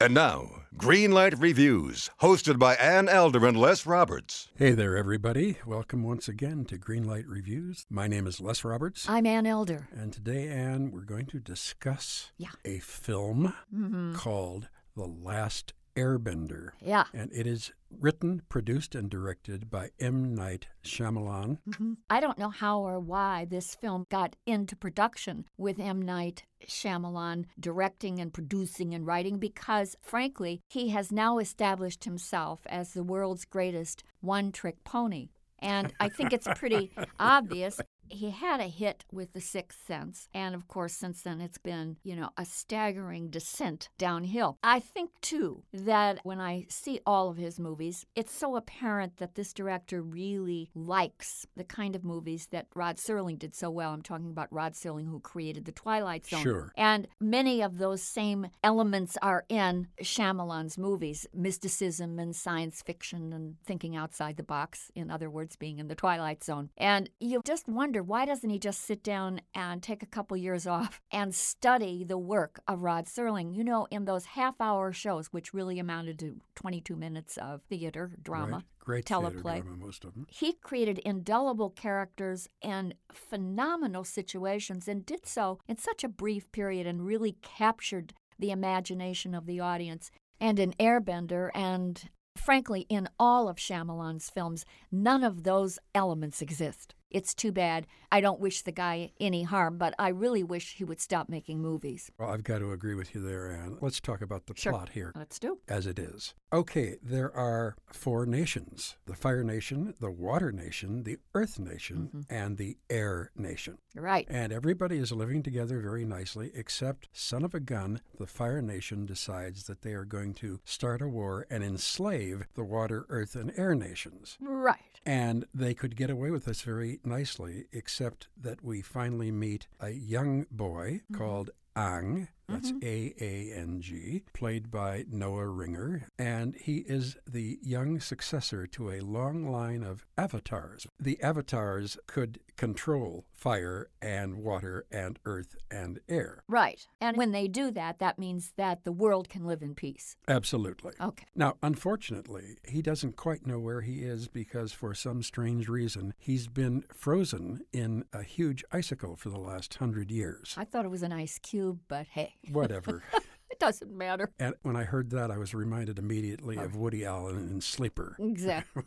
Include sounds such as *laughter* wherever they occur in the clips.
And now, Greenlight Reviews, hosted by Ann Elder and Les Roberts. Hey there, everybody. Welcome once again to Greenlight Reviews. My name is Les Roberts. I'm Ann Elder. and today, Anne, we're going to discuss Yeah. Mm. a film called The Last Airbender. Mm-hmm. Yeah. And it is written, produced, and directed by M. Night Shyamalan. Mm-hmm. I don't know how or why this film got into production with M. Night Shyamalan directing and producing and writing because, frankly, he has now established himself as the world's greatest one trick pony. And I think it's pretty obvious. He had a hit with The Sixth Sense. And of course, since then, it's been, you know, a staggering descent downhill. I think, too, that when I see all of his movies, it's so apparent that this director really likes the kind of movies that Rod Serling did so well. I'm talking about Rod Serling, who created The Twilight Zone. Sure. And many of those same elements are in Shyamalan's movies mysticism and science fiction and thinking outside the box, in other words, being in the Twilight Zone. And you just wonder why doesn't he just sit down and take a couple years off and study the work of Rod Serling? You know, in those half hour shows, which really amounted to 22 minutes of theater, drama, Right? Great theater teleplay drama, most of them. he created indelible characters and phenomenal situations and did so in such a brief period and really captured the imagination of the audience. And in Airbender, and frankly, in all of Shyamalan's films, none of those elements exist. It's too bad. I don't wish the guy any harm, but I really wish he would stop making movies. Well, I've got to agree with you there, Anne. Let's talk about the plot here. Let's do. as it is. Okay, there are four nations the Fire Nation, the Water Nation, the Earth Nation, and the Air Nation. Right. And everybody is living together very nicely, except, son of a gun, the Fire Nation decides that they are going to start a war and enslave the Water, Earth, and Air Nations. Right. And they could get away with this very nicely, except that we finally meet a young boy called Ang. That's A A N G, played by Noah Ringer. And he is the young successor to a long line of avatars. The avatars could control fire and water and earth and air. Right. And when they do that, that means that the world can live in peace. Absolutely. Okay. Now, unfortunately, he doesn't quite know where he is because, for some strange reason, he's been frozen in a huge icicle for the last hundred years. I *laughs* thought it was an ice cube, but hey, Whatever. it doesn't matter. and when I heard that, I was reminded immediately of Woody Allen in Sleeper. Exactly.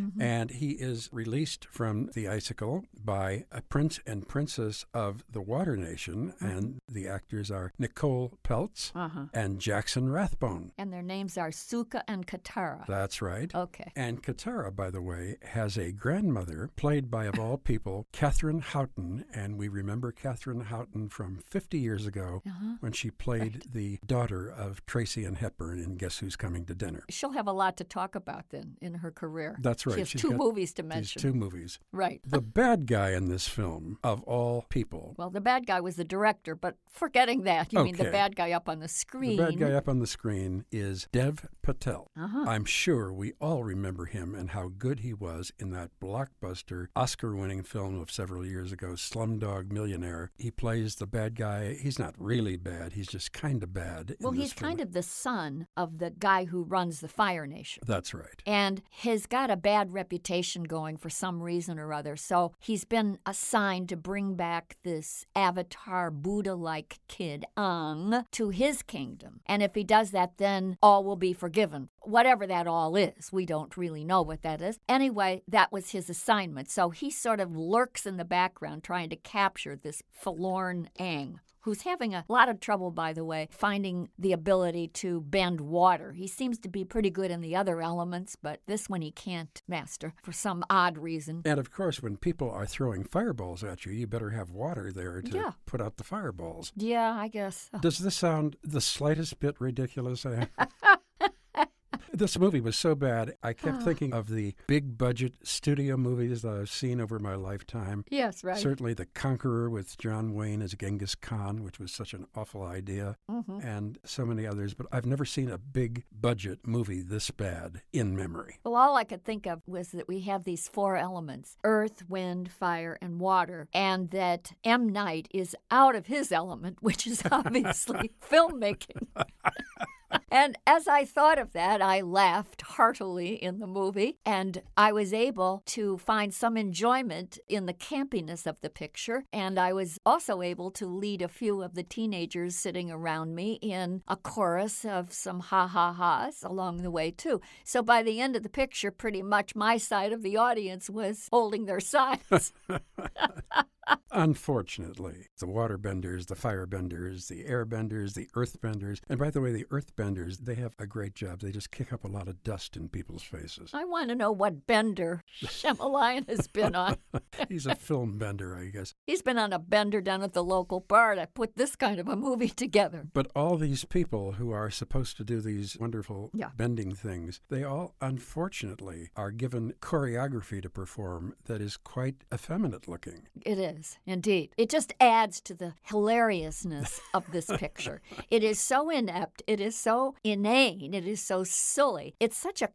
Mm-hmm. And he is released from the icicle by a prince and princess of the Water Nation. And the actors are Nicole Peltz *laughs* Uh-huh. and Jackson Rathbone. And their names are Suka and Katara. That's right. Okay. And Katara, by the way, has a grandmother played by, of all people, Catherine Houghton. And we remember Catherine Houghton from 50 years ago when she played the daughter of Tracy and Hepburn in Guess Who's Coming to Dinner. She'll have a lot to talk about then in her career. That's right. She has She's two got movies to these mention. two movies. Right. The bad guy in this film, of all people, Well, the bad guy was the director, but forgetting that, you mean the Okay. bad guy up on the screen. the bad guy up on the screen is Dev Patel. Uh-huh. I'm sure we all remember him and how good he was in that blockbuster Oscar winning film of several years ago, Slumdog Millionaire. He plays the bad guy. He's not really bad, he's just kind of bad. well, he's kind of the son of the guy who runs the Fire Nation. That's right. And he's got a bad reputation going for some reason or other. So he's been assigned to bring back this avatar Buddha like kid, Ang, to his kingdom. And if he does that, then all will be forgiven. Whatever that all is, we don't really know what that is. Anyway, that was his assignment. So he sort of lurks in the background trying to capture this forlorn Ang who's having a lot of trouble, by the way, finding the ability to bend water. He seems to be pretty good in the other elements, but this one he can't master for some odd reason. And of course, when people are throwing fireballs at you, you better have water there to Yeah. put out the fireballs. Yeah, I guess. Does this sound the slightest bit ridiculous? Ann? this movie was so bad, I kept thinking of the big budget studio movies that I've seen over my lifetime. Yes, right. Certainly, The Conqueror with John Wayne as Genghis Khan, which was such an awful idea, and so many others. But I've never seen a big budget movie this bad in memory. Well, all I could think of was that we have these four elements earth, wind, fire, and water, and that M. *laughs* Knight is out of his element, which is obviously filmmaking. And as I thought of that, I laughed heartily in the movie, and I was able to find some enjoyment in the campiness of the picture. And I was also able to lead a few of the teenagers sitting around me in a chorus of some ha ha ha's along the way, too. So by the end of the picture, pretty much my side of the audience was holding their *laughs* sides. Unfortunately, the waterbenders, the firebenders, the airbenders, the earthbenders, and by the way, the earthbenders, they have a great job. They just kick up a lot of dust in people's *laughs* faces. I want to know what bender Shemalion has been on. He's a film bender, I guess. He's been on a bender down at the local bar to put this kind of a movie *laughs* together. But all these people who are supposed to do these wonderful Yeah. bending things, they all unfortunately are given choreography to perform that is quite effeminate looking. It is, indeed. It just adds to the hilariousness of this picture. it is so inept. It is so inane. It is so silly. It's such a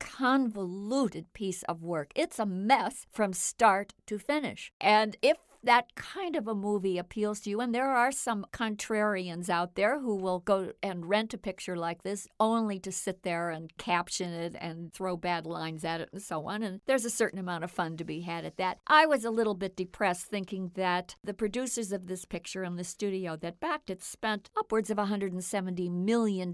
convoluted piece of work. It's a mess from start to finish. And if that kind of a movie appeals to you, and there are some contrarians out there who will go and rent a picture like this only to sit there and caption it and throw bad lines at it and so on. And there's a certain amount of fun to be had at that. I was a little bit depressed thinking that the producers of this picture and the studio that backed it spent upwards of $170 million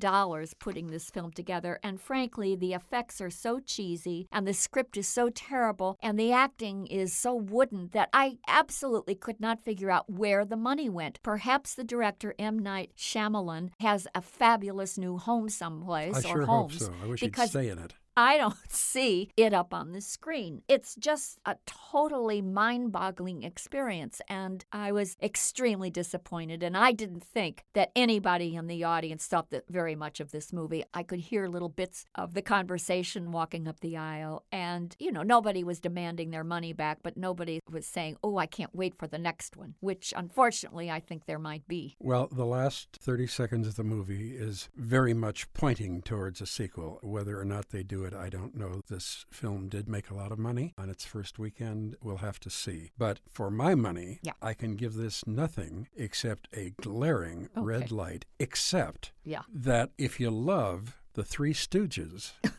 putting this film together. And frankly, the effects are so cheesy and the script is so terrible and the acting is so wooden that I absolutely could not figure out where the money went. Perhaps the director, M. Night Shyamalan, has a fabulous new home someplace I or sure homes. hope so. I wish because he'd stay in it. I don't *laughs* see it up on the screen. It's just a totally mind boggling experience, and I was extremely disappointed. And I didn't think that anybody in the audience thought that very much of this movie. I could hear little bits of the conversation walking up the aisle, and you know, nobody was demanding their money back, but nobody was saying, Oh, I can't wait for the next one, which unfortunately I think there might be. Well, the last 30 seconds of the movie is very much pointing towards a sequel. Whether or not they do it, I don't know. This film did make a lot of money on its first weekend. We'll have to see. But for my money, Yeah. I can give this nothing except a glaring red Okay. light, except Yeah. *laughs* that if you love The Three Stooges, *laughs*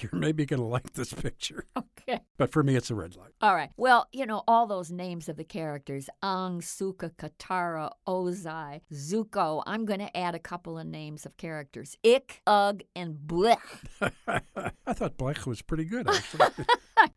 you're maybe going to like this picture. Okay. But for me, it's a red light. *laughs* All right. Well, you know, all those names of the characters Ang, Suka, Katara, Ozai, Zuko. I'm going to add a couple of names of characters Ik, Ug, and Blech. *laughs* I thought Blech was pretty good, actually.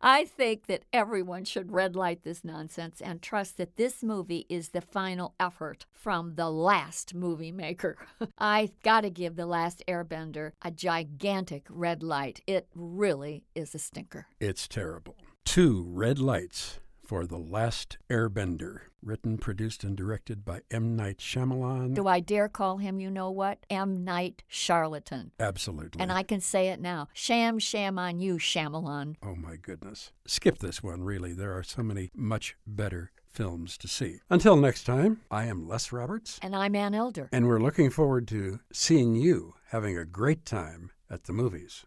I think that everyone should red light this nonsense and trust that this movie is the final effort from the last movie maker. *laughs* I got to give The Last Airbender a gigantic red light. It really is a stinker. It's terrible. Two red lights for The Last Airbender, written, produced, and directed by M. Night Shyamalan. Do I dare call him, you know what? M. Night Charlatan. Absolutely. And I can say it now. Sham, sham on you, Shyamalan. oh my goodness. Skip this one, really. There are so many much better films to see. Until next time, I am Les Roberts, And I'm Ann Elder. and we're looking forward to seeing you having a great time at the movies.